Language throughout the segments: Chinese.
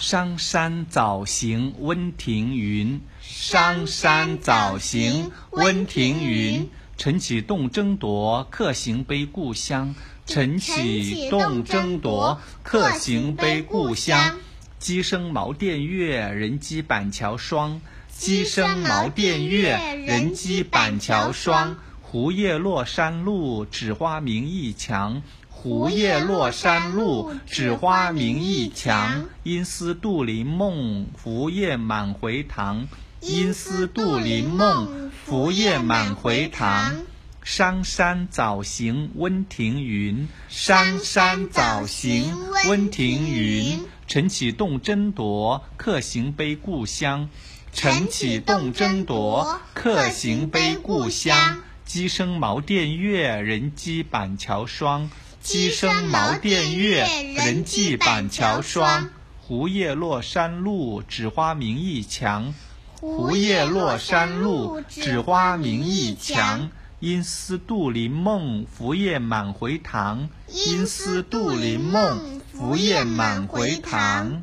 商山早行温庭筠，商山早行温庭筠。晨起动征铎，客行悲故乡。晨起动征铎，客行悲故乡。鸡声茅店月，人迹板桥霜。鸡声茅店月，人迹板桥霜。胡叶落山路，枳花明驿墙。胡胡叶叶落落山山路路，枳枳花花明明驿驿墙墙。因思杜陵梦，拂叶满回塘。因因思思杜杜陵陵梦梦，拂拂叶叶满满回回塘塘。商山早行温庭筠，商山早行温庭筠。晨起动征铎，客行悲故乡。晨起动征铎，客行悲故乡。鸡声茅店月，人迹板桥霜。鸡声茅店月，人迹板桥霜。胡叶落山路，枳花明驿墙。胡胡叶叶落落山山路路，，枳枳花花明明驿驿墙墙。。因思杜陵梦，拂叶满回塘。因因思思杜杜陵陵梦梦，拂拂叶叶满满回回塘塘。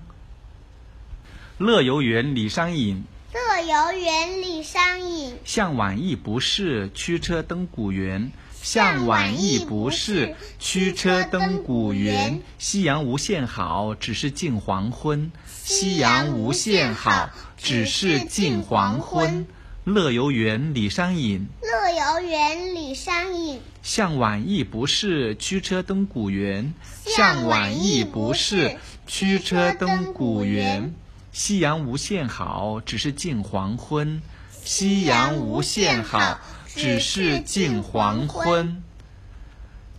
乐游原李商隐，乐游原李商隐，向晚意不适，驱车登古原。向晚意不适，驱车登古原。夕阳无限好，只是近黄昏。夕阳无限好，只是近黄昏。乐游原李商隐。乐游原李商隐，向晚意不适，驱车登古原。向晚意不适驱车登古原。夕阳无限好，只是近黄昏。夕夕阳阳无无限限好好，只只是是近近黄黄昏昏。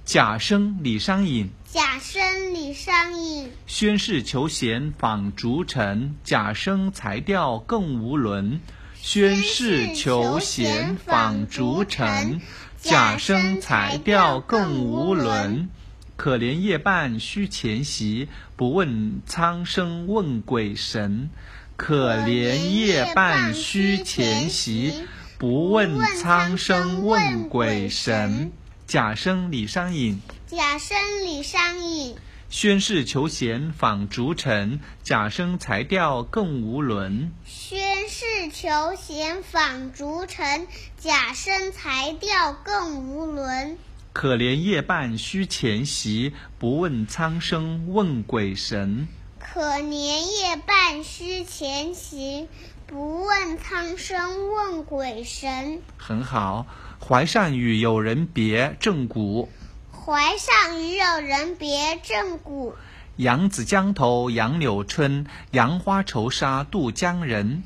贾生，李商隐。贾生李商隐，宣室求贤访逐尘，贾生才调更无伦。宣室求贤访逐尘，贾生才调更无伦。可怜夜半虚前席，不问苍生问鬼神。可怜夜半虚前席，不问苍生问鬼神。贾生，李商隐。贾生李商隐，宣室求贤访逐尘，贾生才调更无伦。宣室求贤访逐尘，贾生才调更无伦。可怜夜半虚前席，不问苍生问鬼神。可怜夜半虚前席，不问苍生问鬼神。很好，淮上与友人别，郑谷。淮上与友人别，郑谷。扬子江头杨柳春，杨花愁杀渡江人。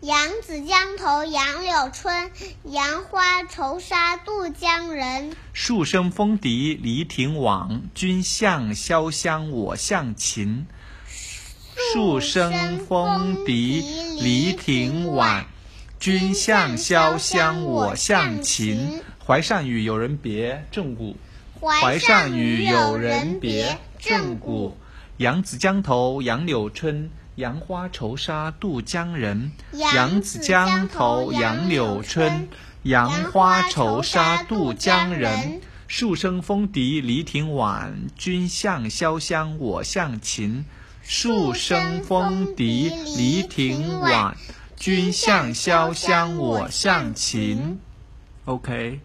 扬子江头杨柳春，杨花愁杀渡江人。树声风笛离亭网，君向潇湘我向秦。树树声声风风笛笛离离亭亭晚晚，君君向向潇潇湘湘我我向向秦秦。淮上与友人别，郑谷。淮淮上上与与友友人人别别，，郑郑谷谷。。扬子江头杨柳春，杨花愁杀渡江人。扬扬子子江江头头杨杨柳柳春春，杨杨花花愁愁杀杀渡渡江江人人。树声风笛离亭晚，君向潇湘我向秦。树声风笛离亭晚，君向潇湘我向秦。OK。